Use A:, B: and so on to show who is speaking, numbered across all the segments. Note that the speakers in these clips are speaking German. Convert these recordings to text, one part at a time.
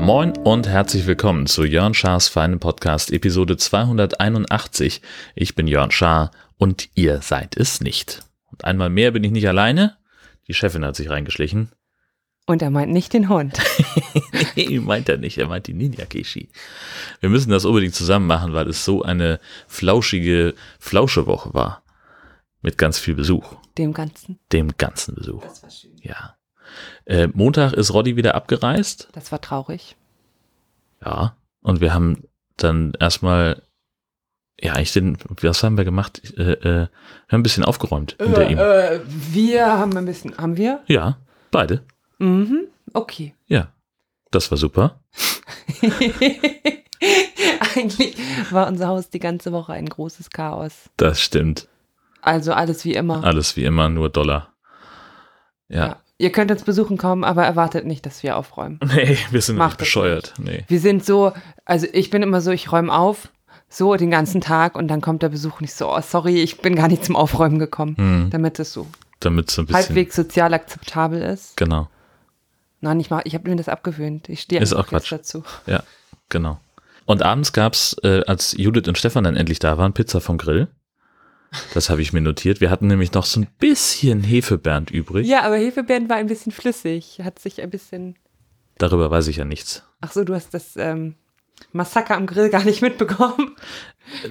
A: Moin und herzlich willkommen zu Jörn Schars Feinen Podcast Episode 281. Ich bin Jörn Schaar und ihr seid es nicht. Und einmal mehr bin ich nicht alleine. Die Chefin hat sich reingeschlichen.
B: Und er meint nicht den Hund.
A: nee, meint er nicht, er meint die Ninja Kishi. Wir müssen das unbedingt zusammen machen, weil es so eine flauschige Flauschewoche war. Mit ganz viel Besuch.
B: Dem Ganzen.
A: Dem ganzen Besuch.
B: Das war schön.
A: Ja. Äh, Montag ist Roddy wieder abgereist.
B: Das war traurig.
A: Ja. Und wir haben dann erstmal, ja, ich den, was haben wir gemacht? Äh, äh, wir haben ein bisschen aufgeräumt hinter ihm.
B: Äh, wir haben ein bisschen. Haben wir?
A: Ja, beide.
B: Mhm. Okay.
A: Ja. Das war super.
B: Eigentlich war unser Haus die ganze Woche ein großes Chaos.
A: Das stimmt.
B: Also alles wie immer.
A: Alles wie immer, nur Dollar. Ah, Ja.
B: Ja. Ihr könnt uns besuchen kommen, aber erwartet nicht, dass wir aufräumen.
A: Nee, wir sind
B: Macht
A: nicht
B: das
A: bescheuert. Nee.
B: Wir sind so, also ich bin immer so, ich räume auf, so den ganzen Tag und dann kommt der Besuch nicht so, oh, sorry, ich bin gar nicht zum Aufräumen gekommen,
A: Hm,
B: damit es so
A: damit so ein bisschen.
B: halbwegs sozial akzeptabel ist.
A: Genau.
B: Nein, ich mach, ich habe mir das abgewöhnt. Ich stehe
A: Ist
B: einfach
A: auch
B: jetzt
A: Quatsch.
B: dazu.
A: Ja, genau. Und abends gab's, äh, als Judith und Stefan dann endlich da waren, Pizza vom Grill. Das habe ich mir notiert. Wir hatten nämlich noch so ein bisschen Hefebernd übrig.
B: Ja, aber Hefebeeren war ein bisschen flüssig, hat sich ein bisschen.
A: Darüber weiß ich ja nichts.
B: Ach so, du hast das ähm, Massaker am Grill gar nicht mitbekommen.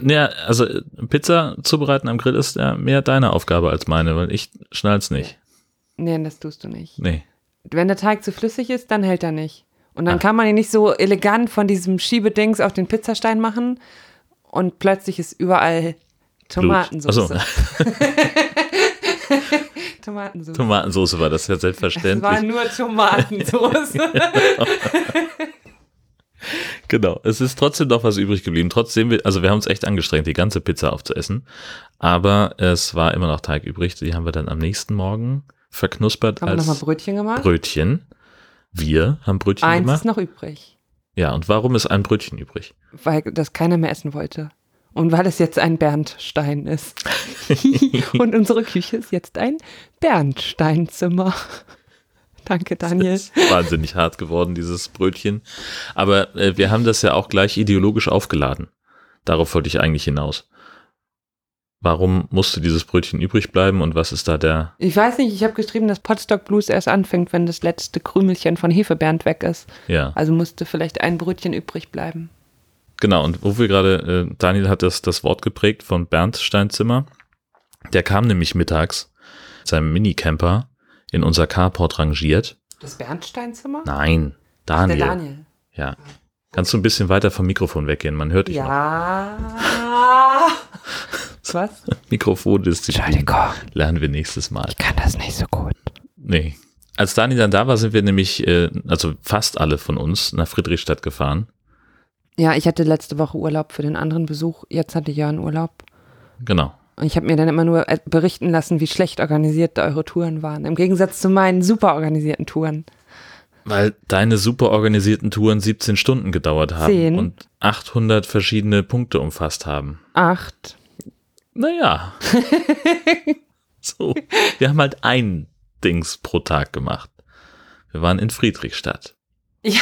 A: Naja, also äh, Pizza zubereiten am Grill ist ja mehr deine Aufgabe als meine, weil ich schnall's nicht.
B: Nee, das tust du nicht.
A: Nee.
B: Wenn der Teig zu flüssig ist, dann hält er nicht. Und dann
A: Ah.
B: kann man ihn nicht so elegant von diesem Schiebedings auf den Pizzastein machen und plötzlich ist überall Tomatensauce.
A: Achso,
B: Tomatensauce.
A: Tomatensoße war das ja
B: es war
A: selbstverständlich.
B: nur Tomatensauce.
A: genau. Es ist trotzdem noch was übrig geblieben. Trotzdem, wir, also wir haben uns echt angestrengt, die ganze Pizza aufzuessen. Aber es war immer noch Teig übrig. Die haben wir dann am nächsten Morgen verknuspert
B: haben wir
A: als
B: nochmal Brötchen gemacht?
A: Brötchen. Wir haben Brötchen
B: Eins ist
A: gemacht.
B: noch übrig.
A: Ja, und warum ist ein Brötchen übrig?
B: weil das keiner mehr essen wollte. Und weil es jetzt ein Bernstein ist. Und unsere Küche ist jetzt ein Bernsteinzimmer. Danke, Daniel.
A: Ist wahnsinnig hart geworden, dieses Brötchen. Aber äh, wir haben das ja auch gleich ideologisch aufgeladen. Darauf wollte ich eigentlich hinaus. Warum musste dieses Brötchen übrig bleiben und was ist da der
B: Ich weiß nicht, ich habe geschrieben, dass Potstock Blues erst anfängt, wenn das letzte Krümelchen von Hefebernd weg ist.
A: ja
B: Also musste vielleicht ein Brötchen übrig bleiben.
A: Genau, und wo wir gerade, äh, Daniel hat das, das Wort geprägt von Bernd Steinzimmer. Der kam nämlich mittags mit seinem Minicamper in unser Carport rangiert.
B: Das Bernsteinzimmer?
A: Nein, Daniel.
B: Der Daniel.
A: Ja. Kannst du ein bisschen weiter vom Mikrofon weggehen? Man hört dich noch.
B: Ja. Was?
A: Mikrofondisziplin
B: Entschuldigung,
A: lernen wir nächstes Mal.
B: ich kann das nicht so gut.
A: Nee. Als Daniel dann da war, sind wir nämlich, äh, also fast alle von uns, nach Friedrichstadt gefahren.
B: Ja, ich hatte letzte Woche Urlaub für den anderen Besuch. Jetzt hatte Jörn Urlaub.
A: Genau.
B: Und ich habe mir dann immer nur äh, berichten lassen, wie schlecht organisiert eure Touren waren. Im Gegensatz zu meinen super organisierten Touren.
A: Weil deine super organisierten Touren 17 Stunden gedauert haben
B: Zehn.
A: und 800 verschiedene Punkte umfasst haben.
B: Acht.
A: Naja. so. Wir haben halt ein Dings pro Tag gemacht. Wir waren in Friedrichstadt.
B: Ja,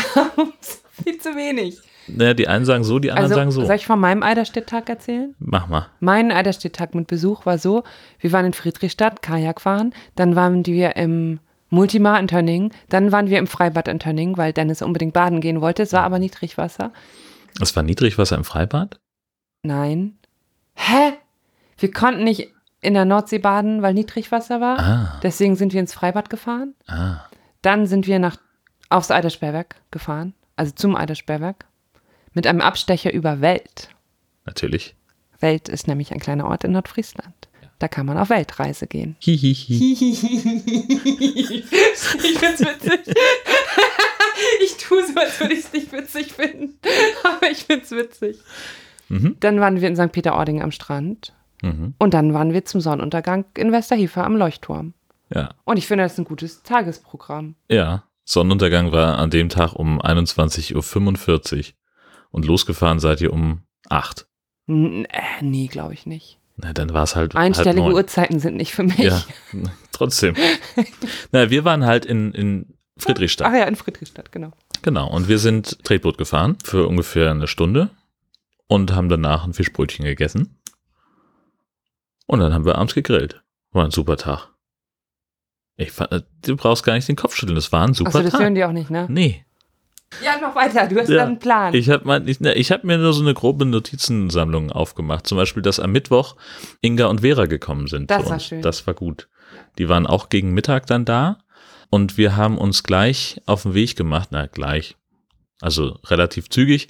B: viel zu wenig.
A: Naja, die einen sagen so, die anderen
B: Also,
A: sagen so.
B: soll ich von meinem Eiderstedt-Tag erzählen?
A: Mach mal.
B: Mein Eiderstedt-Tag mit Besuch war so, wir waren in Friedrichstadt, Kajak fahren, dann waren wir im Multimar in Tönning, dann waren wir im Freibad in Tönning, weil Dennis unbedingt baden gehen wollte, es war aber Niedrigwasser.
A: Es war Niedrigwasser im Freibad?
B: Nein. Hä? Wir konnten nicht in der Nordsee baden, weil Niedrigwasser war.
A: Ah,
B: Deswegen sind wir ins Freibad gefahren.
A: ah.
B: Dann sind wir nach, aufs Eidersperrwerk gefahren, also zum Eidersperrwerk, mit einem Abstecher über Welt.
A: Natürlich.
B: Welt ist nämlich ein kleiner Ort in Nordfriesland. Da kann man auf Weltreise gehen.
A: Hihihi.
B: ich find's witzig. ich tue so, als würde ich es nicht witzig finden. Aber ich find's witzig.
A: Mhm.
B: Dann waren wir in St. Peter-Ording am Strand.
A: Mhm.
B: Und dann waren wir zum Sonnenuntergang in Westerhefer am Leuchtturm.
A: Ja.
B: Und ich finde, das ist ein gutes Tagesprogramm.
A: Ja. Sonnenuntergang war an dem Tag um 21.45 Uhr. Und losgefahren seid ihr um 8.
B: N äh, nee, glaube ich nicht.
A: Na, dann war es halt.
B: Einstellige
A: halb neun.
B: Uhrzeiten sind nicht für mich.
A: Ja, trotzdem. Na, wir waren halt in, in Friedrichstadt.
B: Ach ja, in Friedrichstadt, genau.
A: Genau. Und wir sind Tretboot gefahren für ungefähr eine Stunde und haben danach ein Fischbrötchen gegessen. Und dann haben wir abends gegrillt. War ein super Tag. Ich fand, du brauchst gar nicht den Kopf schütteln. Das war ein super
B: Achso, das
A: Tag.
B: hören die auch nicht, ne?
A: Nee.
B: Ja, mach weiter, du hast
A: Hm. Ja,
B: dann einen Plan.
A: Ich habe mal, ich, ne, ich hab mir nur so eine grobe Notizensammlung aufgemacht. Zum Beispiel, dass am Mittwoch Inga und Vera gekommen sind.
B: Das
A: zu
B: war
A: uns.
B: schön.
A: Das war gut. Die waren auch gegen Mittag dann da und wir haben uns gleich auf den Weg gemacht. Na, gleich. Also relativ zügig,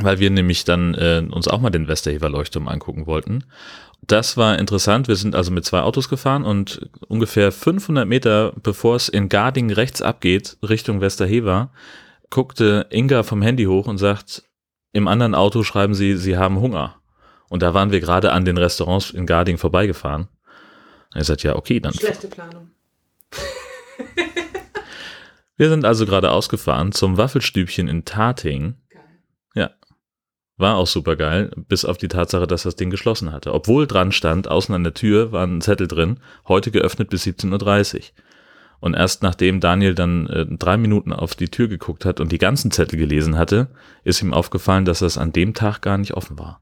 A: weil wir nämlich dann äh, uns auch mal den Westerhever Leuchtturm angucken wollten. Das war interessant. Wir sind also mit zwei Autos gefahren und ungefähr 500 Meter, bevor es in Garding rechts abgeht, Richtung Westerhever, guckte Inga vom Handy hoch und sagt, im anderen Auto schreiben sie, sie haben Hunger. Und da waren wir gerade an den Restaurants in Garding vorbeigefahren. Er sagt, ja, okay, dann.
B: Schlechte Planung.
A: Wir sind also gerade ausgefahren zum Waffelstübchen in Tating.
B: Geil.
A: Ja. War auch super geil, bis auf die Tatsache, dass das Ding geschlossen hatte. Obwohl dran stand, außen an der Tür war ein Zettel drin, heute geöffnet bis 17.30 Uhr. Und erst nachdem Daniel dann äh, drei Minuten auf die Tür geguckt hat und die ganzen Zettel gelesen hatte, ist ihm aufgefallen, dass das an dem Tag gar nicht offen war.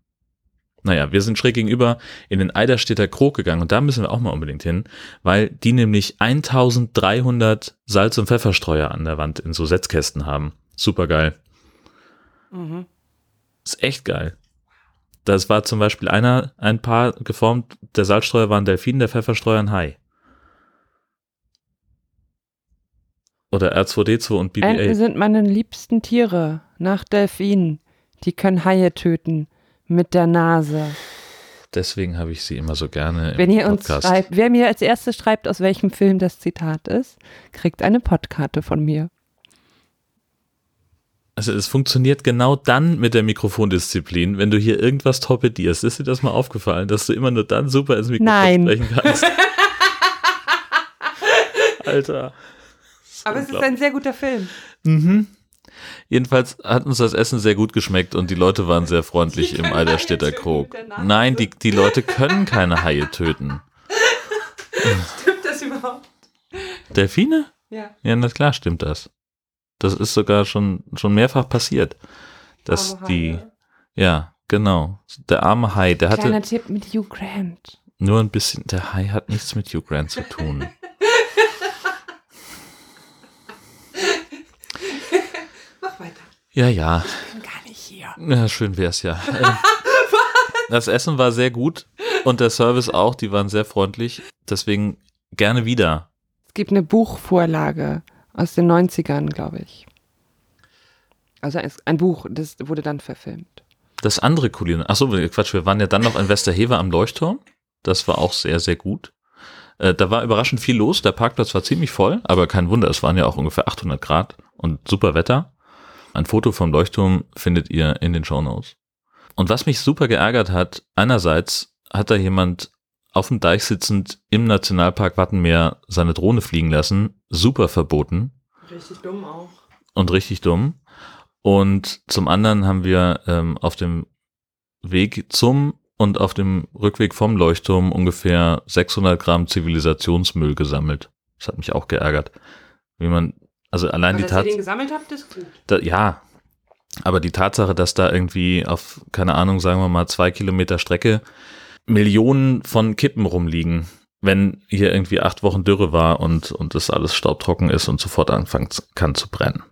A: Naja, wir sind schräg gegenüber in den Eiderstädter Krog gegangen und da müssen wir auch mal unbedingt hin, weil die nämlich 1300 Salz- und Pfefferstreuer an der Wand in so Setzkästen haben. Super geil.
B: Mhm.
A: Ist echt geil. Das war zum Beispiel einer, ein Paar geformt, der Salzstreuer war ein Delfin, der Pfefferstreuer ein Hai. Oder R2D2 und
B: Enten
A: BB-8.
B: sind meine liebsten Tiere nach Delfinen. Die können Haie töten mit der Nase.
A: Deswegen habe ich sie immer so gerne im
B: Wenn ihr uns
A: Podcast.
B: schreibt, wer mir als erstes schreibt, aus welchem Film das Zitat ist, kriegt eine Podkarte von mir.
A: Also es funktioniert genau dann mit der Mikrofondisziplin, wenn du hier irgendwas torpedierst. Ist dir das mal aufgefallen, dass du immer nur dann super ins Mikrofon
B: Nein.
A: sprechen kannst? Alter.
B: Aber es ist
A: unglaublich.
B: ein sehr guter Film.
A: Mhm. Jedenfalls hat uns das Essen sehr gut geschmeckt und die Leute waren sehr freundlich
B: Die
A: im
B: können
A: Eiderstädter
B: Haie töten
A: Krog.
B: mit der Nase.
A: Nein, die, die Leute können keine Haie töten.
B: Stimmt das überhaupt?
A: Delfine?
B: Ja.
A: Ja, na klar stimmt das. Das ist sogar schon, schon mehrfach passiert, dass die, ja, genau, der arme Hai, der hatte,
B: Kleiner Tipp mit Hugh Grant.
A: Nur ein bisschen, der Hai hat nichts mit Hugh Grant zu tun.
B: Mach weiter.
A: Ja, ja,
B: Ich bin gar nicht hier.
A: ja schön wär's ja. Ähm, Das Essen war sehr gut und der Service auch, die waren sehr freundlich. Deswegen gerne wieder.
B: Es gibt eine Buchvorlage aus den 90ern, glaube ich. Also es- ein Buch, das wurde dann verfilmt.
A: Das andere Kulinar, achso, Quatsch, wir waren ja dann noch in Westerhever am Leuchtturm. Das war auch sehr, sehr gut. Äh, da war überraschend viel los, der Parkplatz war ziemlich voll, aber kein Wunder, es waren ja auch ungefähr 800 Grad und super Wetter. Ein Foto vom Leuchtturm findet ihr in den Shownotes. Und was mich super geärgert hat, einerseits hat da jemand auf dem Deich sitzend im Nationalpark Wattenmeer seine Drohne fliegen lassen, super verboten,
B: Richtig dumm auch.
A: und richtig dumm. Und zum anderen haben wir ähm, auf dem Weg zum und auf dem Rückweg vom Leuchtturm ungefähr 600 Gramm Zivilisationsmüll gesammelt. Das hat mich auch geärgert. Wie man, also allein die Tat,
B: gesammelt habt, ist gut.
A: da, ja, aber die Tatsache, dass da irgendwie auf, keine Ahnung, sagen wir mal zwei Kilometer Strecke Millionen von Kippen rumliegen, wenn hier irgendwie acht Wochen Dürre war und, und das alles staubtrocken ist und sofort anfangen z- kann zu brennen.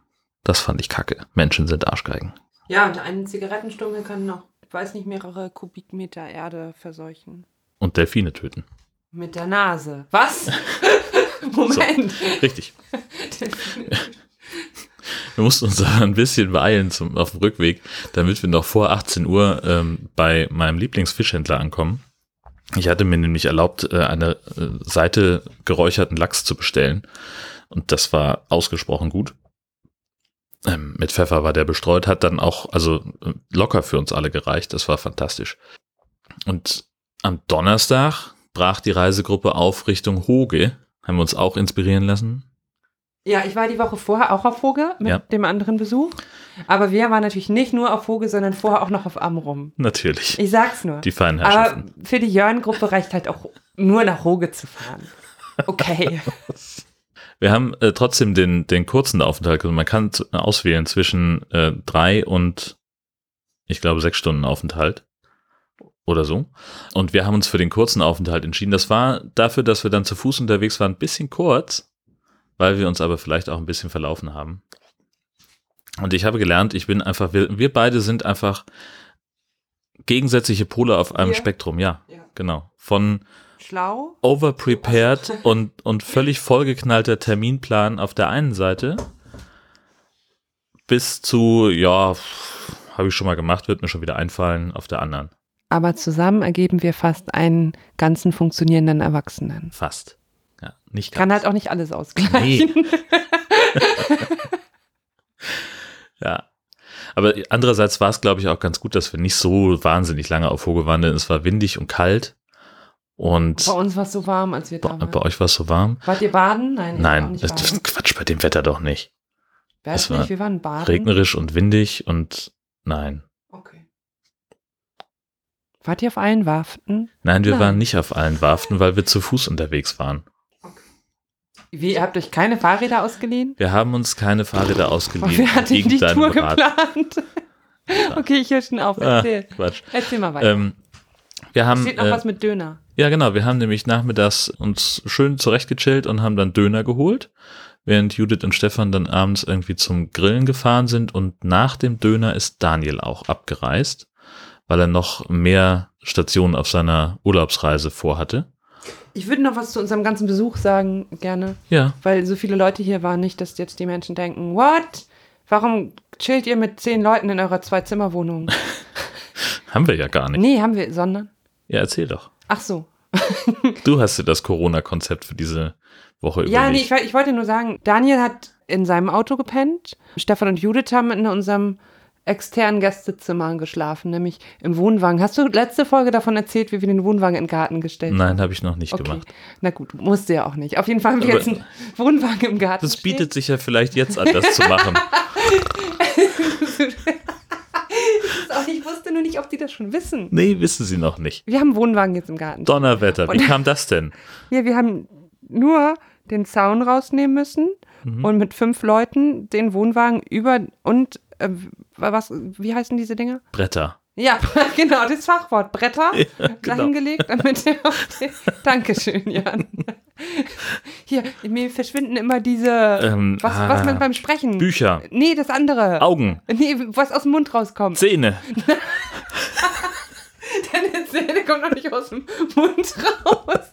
A: Das fand ich kacke. Menschen sind Arschgeigen.
B: Ja, und eine Zigarettenstummel kann noch, weiß nicht, mehrere Kubikmeter Erde verseuchen.
A: Und Delfine töten.
B: Mit der Nase. Was? Moment.
A: Richtig. Wir mussten uns aber ein bisschen beeilen zum, auf dem Rückweg, damit wir noch vor 18 Uhr ähm, bei meinem Lieblingsfischhändler ankommen. Ich hatte mir nämlich erlaubt, äh, eine äh, Seite geräucherten Lachs zu bestellen. Und das war ausgesprochen gut. Ähm, mit Pfeffer war der bestreut, hat dann auch, also äh, locker für uns alle gereicht. Das war fantastisch. Und am Donnerstag brach die Reisegruppe auf Richtung Hoge. Haben wir uns auch inspirieren lassen.
B: Ja, ich war die Woche vorher auch auf Voge mit
A: Ja.
B: dem anderen Besuch. Aber wir waren natürlich nicht nur auf Voge, sondern vorher auch noch auf Amrum.
A: Natürlich.
B: Ich sag's nur.
A: Die feinen
B: Aber
A: Herrschaften.
B: für die Jörn-Gruppe reicht halt auch nur nach Hoge zu fahren. Okay.
A: Wir haben äh, trotzdem den, den kurzen Aufenthalt. Also man kann z- auswählen zwischen äh, drei und, ich glaube, sechs Stunden Aufenthalt. Oder so. Und wir haben uns für den kurzen Aufenthalt entschieden. Das war dafür, dass wir dann zu Fuß unterwegs waren, ein bisschen kurz, weil wir uns aber vielleicht auch ein bisschen verlaufen haben. Und ich habe gelernt, ich bin einfach, wir, wir beide sind einfach gegensätzliche Pole auf einem
B: Ja.
A: Spektrum, ja.
B: Ja.
A: Genau. Von
B: Schlau?
A: overprepared und, und völlig vollgeknallter Terminplan auf der einen Seite bis zu, ja, habe ich schon mal gemacht, wird mir schon wieder einfallen auf der anderen.
B: Aber zusammen ergeben wir fast einen ganzen funktionierenden Erwachsenen.
A: Fast. Ja, nicht
B: Kann
A: ganz.
B: halt auch nicht alles ausgleichen.
A: Ja. Aber andererseits war es, glaube ich, auch ganz gut, dass wir nicht so wahnsinnig lange auf Vogel waren, denn es war windig und kalt und
B: Bei uns war es so warm, als wir
A: bei,
B: da
A: bei
B: waren.
A: euch war es so warm.
B: Wart ihr baden? Nein, ich war auch
A: Nein,
B: nicht
A: das,
B: baden.
A: das Quatsch bei dem Wetter doch nicht.
B: Wer
A: das
B: hat nicht,
A: war
B: wir waren baden.
A: Regnerisch und windig und nein.
B: Okay. Wart ihr auf allen Warften?
A: Nein, wir
B: Nein.
A: waren nicht auf allen Warften, weil wir zu Fuß unterwegs waren.
B: Wie, ihr habt euch keine Fahrräder ausgeliehen?
A: Wir haben uns keine Fahrräder ausgeliehen.
B: Wer hat denn
A: gegen
B: die
A: deinen
B: Tour
A: Rat.
B: geplant? okay, ich höre schon auf.
A: Ah,
B: Erzähl.
A: Quatsch.
B: Erzähl mal weiter.
A: Ähm, wir haben,
B: Steht noch
A: äh,
B: was mit Döner.
A: ja genau, wir haben nämlich nachmittags uns schön zurechtgechillt und haben dann Döner geholt, während Judith und Stefan dann abends irgendwie zum Grillen gefahren sind und nach dem Döner ist Daniel auch abgereist, weil er noch mehr Stationen auf seiner Urlaubsreise vorhatte.
B: Ich würde noch was zu unserem ganzen Besuch sagen, gerne.
A: Ja,
B: Weil so viele Leute hier waren, nicht, dass jetzt die Menschen denken, what? Warum chillt ihr mit zehn Leuten in eurer Zwei-Zimmer-Wohnung?
A: haben wir ja gar nicht.
B: nee, haben wir, sondern?
A: Ja, erzähl doch.
B: Ach so.
A: Du hast dir das Corona-Konzept für diese Woche überlegt.
B: Ja, nee, ich, woll- ich wollte nur sagen, Daniel hat in seinem Auto gepennt. Stefan und Judith haben in unserem externen Gästezimmer geschlafen, nämlich im Wohnwagen. Hast du letzte Folge davon erzählt, wie wir den Wohnwagen in den Garten gestellt haben?
A: Nein, habe ich noch nicht
B: okay.
A: gemacht.
B: Na gut, musste ja auch nicht. Auf jeden Fall haben wir
A: Aber-
B: jetzt einen Wohnwagen im Garten.
A: Das bietet sich ja vielleicht jetzt an, das zu machen.
B: stehen. Das ist auch- ich wusste nur nicht, ob die das schon wissen.
A: Nee, wissen Sie noch nicht.
B: Wir haben einen Wohnwagen jetzt im Garten.
A: Donnerwetter, wie
B: Und-
A: kam das denn?
B: Ja, wir haben nur den Zaun rausnehmen müssen
A: Mhm.
B: und mit fünf Leuten den Wohnwagen über und äh, was, wie heißen diese Dinger?
A: Bretter.
B: Ja, genau, das Fachwort Bretter
A: genau.
B: dahingelegt, damit er auf den, Dankeschön, Jan. Hier, mir verschwinden immer diese,
A: Ähm,
B: was, was
A: ah,
B: man beim Sprechen.
A: Bücher,
B: Nee, das andere.
A: Augen,
B: Nee, was aus dem Mund rauskommt.
A: Zähne.
B: Deine Zähne kommen noch nicht aus dem Mund raus.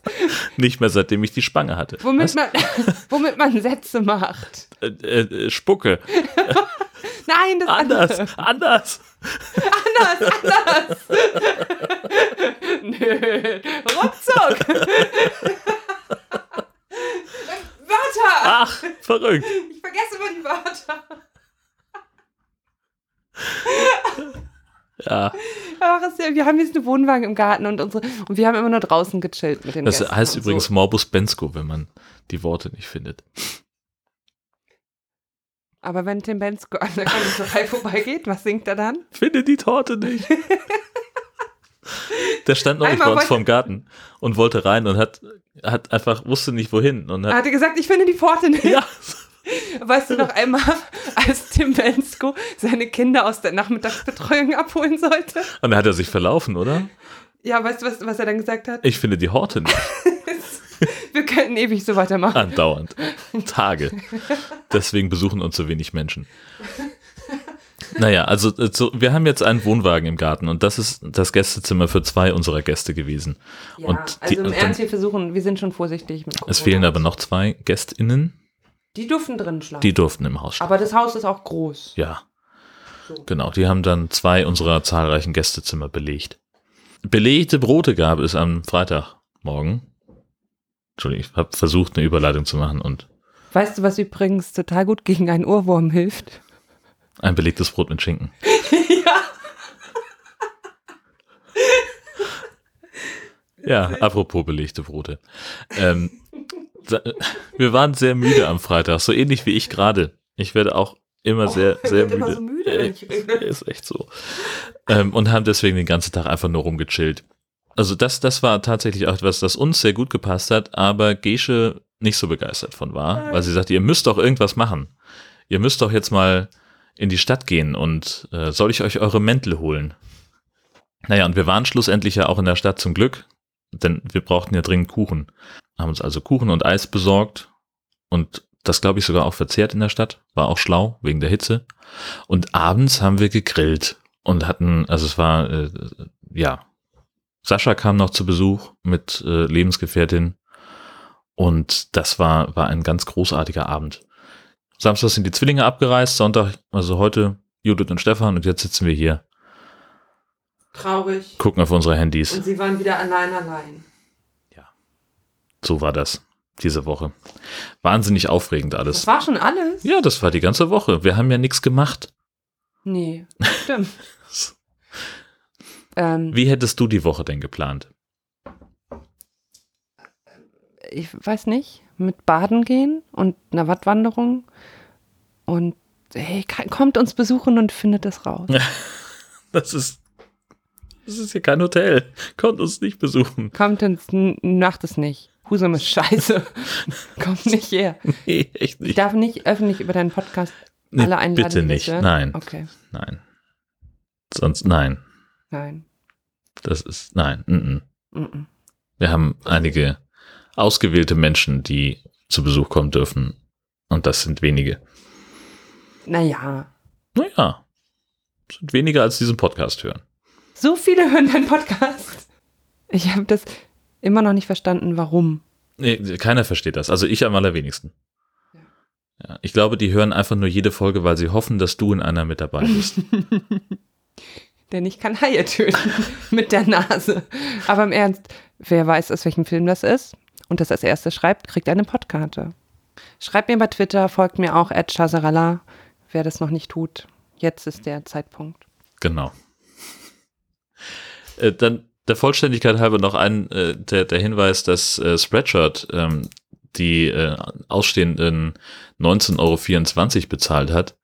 A: Nicht mehr seitdem ich die Spange hatte.
B: Womit man, womit man Sätze macht.
A: Äh, äh, äh, Spucke.
B: Nein, das andere.
A: Anders, anders.
B: Nö. Ruckzuck. Wörter.
A: Ach, verrückt.
B: Ich vergesse immer die Wörter.
A: Ja.
B: Ach, ist ja, wir haben jetzt einen Wohnwagen im Garten und unsere und wir haben immer nur draußen gechillt mit den
A: Das
B: Gästen.
A: heißt
B: und
A: übrigens Morbus Bensko, wenn man die Worte nicht findet.
B: So. Aber wenn Tim Bensko an der Konditorei vorbeigeht, was singt er dann?
A: finde die Torte nicht. Der stand neulich bei
B: Einmal
A: uns
B: wollte-
A: vorm Garten und wollte rein und hat, hat einfach, wusste nicht wohin. Und
B: Er
A: hat,
B: hatte gesagt, ich finde die Pforte nicht.
A: ja,
B: Weißt du noch einmal, als Tim Bensko seine Kinder aus der Nachmittagsbetreuung abholen sollte?
A: und dann hat er sich verlaufen, oder?
B: Ja, weißt du, was, was er dann gesagt hat?
A: Ich finde die Horte nicht
B: Wir könnten ewig so weitermachen.
A: andauernd. Tage. Deswegen besuchen uns so wenig Menschen. Naja, also äh, so, wir haben jetzt einen Wohnwagen im Garten und das ist das Gästezimmer für zwei unserer Gäste gewesen. und die-
B: also im
A: und dann-
B: Ernst, wir versuchen, wir sind schon vorsichtig mit Corona.
A: Es fehlen aber noch zwei GästInnen,
B: Die durften drin schlafen.
A: die durften im Haus schlafen.
B: aber das Haus ist auch groß.
A: Ja. Genau, die haben dann zwei unserer zahlreichen Gästezimmer belegt. Belegte Brote gab es am Freitagmorgen. Entschuldigung, ich habe versucht, eine Überleitung zu machen und
B: Weißt du, was übrigens total gut gegen einen Ohrwurm hilft?
A: ein belegtes Brot mit Schinken. ja. Ja, apropos belegte Brote. Ähm, wir waren sehr müde am Freitag, so ähnlich wie ich gerade. Ich werde auch
B: Oh,
A: immer sehr,
C: Oh, ich
A: sehr
C: werd
A: müde.
C: immer so müde, wenn ich rede.
A: Äh, Ist echt so. Ähm, und haben deswegen den ganzen Tag einfach nur rumgechillt. Also das, das war tatsächlich auch etwas, das uns sehr gut gepasst hat, aber Gesche nicht so begeistert von war, weil sie sagte, ihr müsst doch irgendwas machen. Ihr müsst doch jetzt mal in die Stadt gehen und äh, soll ich euch eure Mäntel holen? Naja, und wir waren schlussendlich ja auch in der Stadt zum Glück, denn wir brauchten ja dringend Kuchen. Haben uns also Kuchen und Eis besorgt und das glaube ich sogar auch verzehrt in der Stadt, war auch schlau wegen der Hitze. Und abends haben wir gegrillt und hatten, also es war, äh, ja, Sascha kam noch zu Besuch mit äh, Lebensgefährtin und das war, war ein ganz großartiger Abend. Samstag sind die Zwillinge abgereist, Sonntag, also heute Judith und Stefan und jetzt sitzen wir hier,
C: Traurig.
A: gucken auf unsere Handys.
C: Und sie waren wieder allein allein.
A: So war das diese Woche. Wahnsinnig aufregend
C: Das
A: alles.
C: war schon alles?
A: Ja, das war die ganze Woche. Wir haben ja nichts gemacht.
B: Nee, stimmt. ähm,
A: Wie hättest du die Woche denn geplant?
B: ich weiß nicht, mit Baden gehen und einer Wattwanderung und hey, ka- kommt uns besuchen und findet das raus.
A: Das ist, das ist hier kein Hotel. Kommt uns nicht besuchen.
B: Kommt ins, n- macht es nicht. Husum ist scheiße. Kommt nicht her.
A: Nee, echt
B: Ich
A: nicht.
B: darf nicht öffentlich über deinen Podcast
A: Nee,
B: alle einladen. ne?
A: bitte
B: die das
A: nicht.
B: hören?
A: Nein.
B: Okay,
A: Nein. Sonst nein.
B: nein.
A: Das ist, nein. mhm.
B: Mhm.
A: Wir haben einige ausgewählte Menschen, die zu Besuch kommen dürfen. Und das sind wenige.
B: Naja,
A: Naja, sind weniger als diesen Podcast hören.
B: so viele hören deinen Podcast. Ich habe das immer noch nicht verstanden, warum.
A: Nee, keiner versteht das. Also ich am allerwenigsten. Ja, ich glaube, die hören einfach nur jede Folge, weil sie hoffen, dass du in einer mit dabei bist.
B: Denn ich kann Haie töten mit der Nase. Aber im Ernst, wer weiß, aus welchem Film das ist und das als erstes schreibt, kriegt eine Podkarte. Schreibt mir bei Twitter, folgt mir auch at Chazarala. Wer das noch nicht tut, jetzt ist der Zeitpunkt.
A: genau. Äh, dann der Vollständigkeit halber noch ein äh, der, der Hinweis, dass äh, Spreadshirt ähm, die äh, ausstehenden 19,24 Euro bezahlt hat,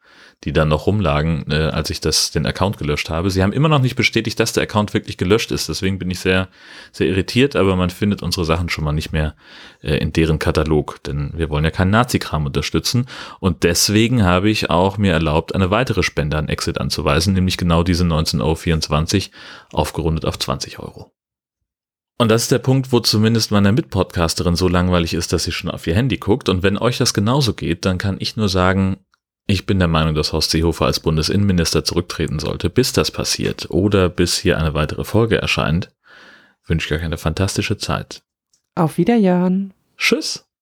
A: die dann noch rumlagen, äh, als ich das den Account gelöscht habe. Sie haben immer noch nicht bestätigt, dass der Account wirklich gelöscht ist. Deswegen bin ich sehr, sehr irritiert, aber man findet unsere Sachen schon mal nicht mehr äh, in deren Katalog, denn wir wollen ja keinen Nazi-Kram unterstützen. Und deswegen habe ich auch mir erlaubt, eine weitere Spende an Exit anzuweisen, nämlich genau diese 19,24 Euro, aufgerundet auf 20 Euro. Und das ist der Punkt, wo zumindest meiner Mitpodcasterin so langweilig ist, dass sie schon auf ihr Handy guckt. Und wenn euch das genauso geht, dann kann ich nur sagen, ich bin der Meinung, dass Horst Seehofer als Bundesinnenminister zurücktreten sollte, bis das passiert oder bis hier eine weitere Folge erscheint. Wünsche ich euch eine fantastische Zeit.
B: Auf Wiederjahren.
A: Tschüss!